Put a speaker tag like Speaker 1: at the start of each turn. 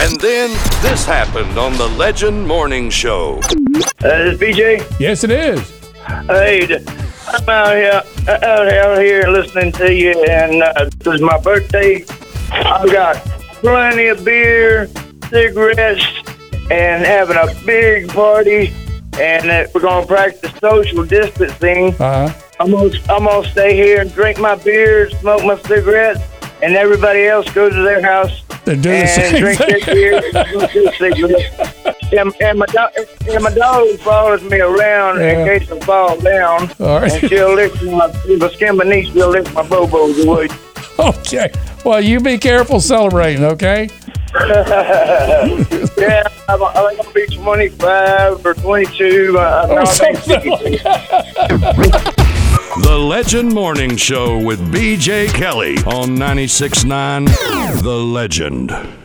Speaker 1: And then this happened on the Legend Morning Show.
Speaker 2: Uh, this is BJ.
Speaker 3: Yes, it is.
Speaker 2: Hey, d- I'm out here, uh, out, out here listening to you, and uh, this is my birthday. I've got plenty of beer, cigarettes, and having a big party. And uh, we're gonna practice social distancing.
Speaker 3: Uh huh.
Speaker 2: I'm gonna, I'm gonna stay here and drink my beer, smoke my cigarettes, and everybody else go to their house
Speaker 3: And do the
Speaker 2: and
Speaker 3: same
Speaker 2: drink their
Speaker 3: thing.
Speaker 2: beer and smoke their cigarettes. And, and my dog, and my dog follows me around in
Speaker 3: Yeah.
Speaker 2: case I fall down.
Speaker 3: All right.
Speaker 2: And she'll lick my, my skin beneath, she'll lick my bobos away.
Speaker 3: Okay. Well, you be careful celebrating, okay?
Speaker 2: Yeah, I'm, I'm gonna be 25 or 22. Uh,
Speaker 3: Oh,
Speaker 2: no, I think
Speaker 3: something like
Speaker 2: 62.
Speaker 1: The Legend Morning Show with BJ Kelly on 96.9 The Legend.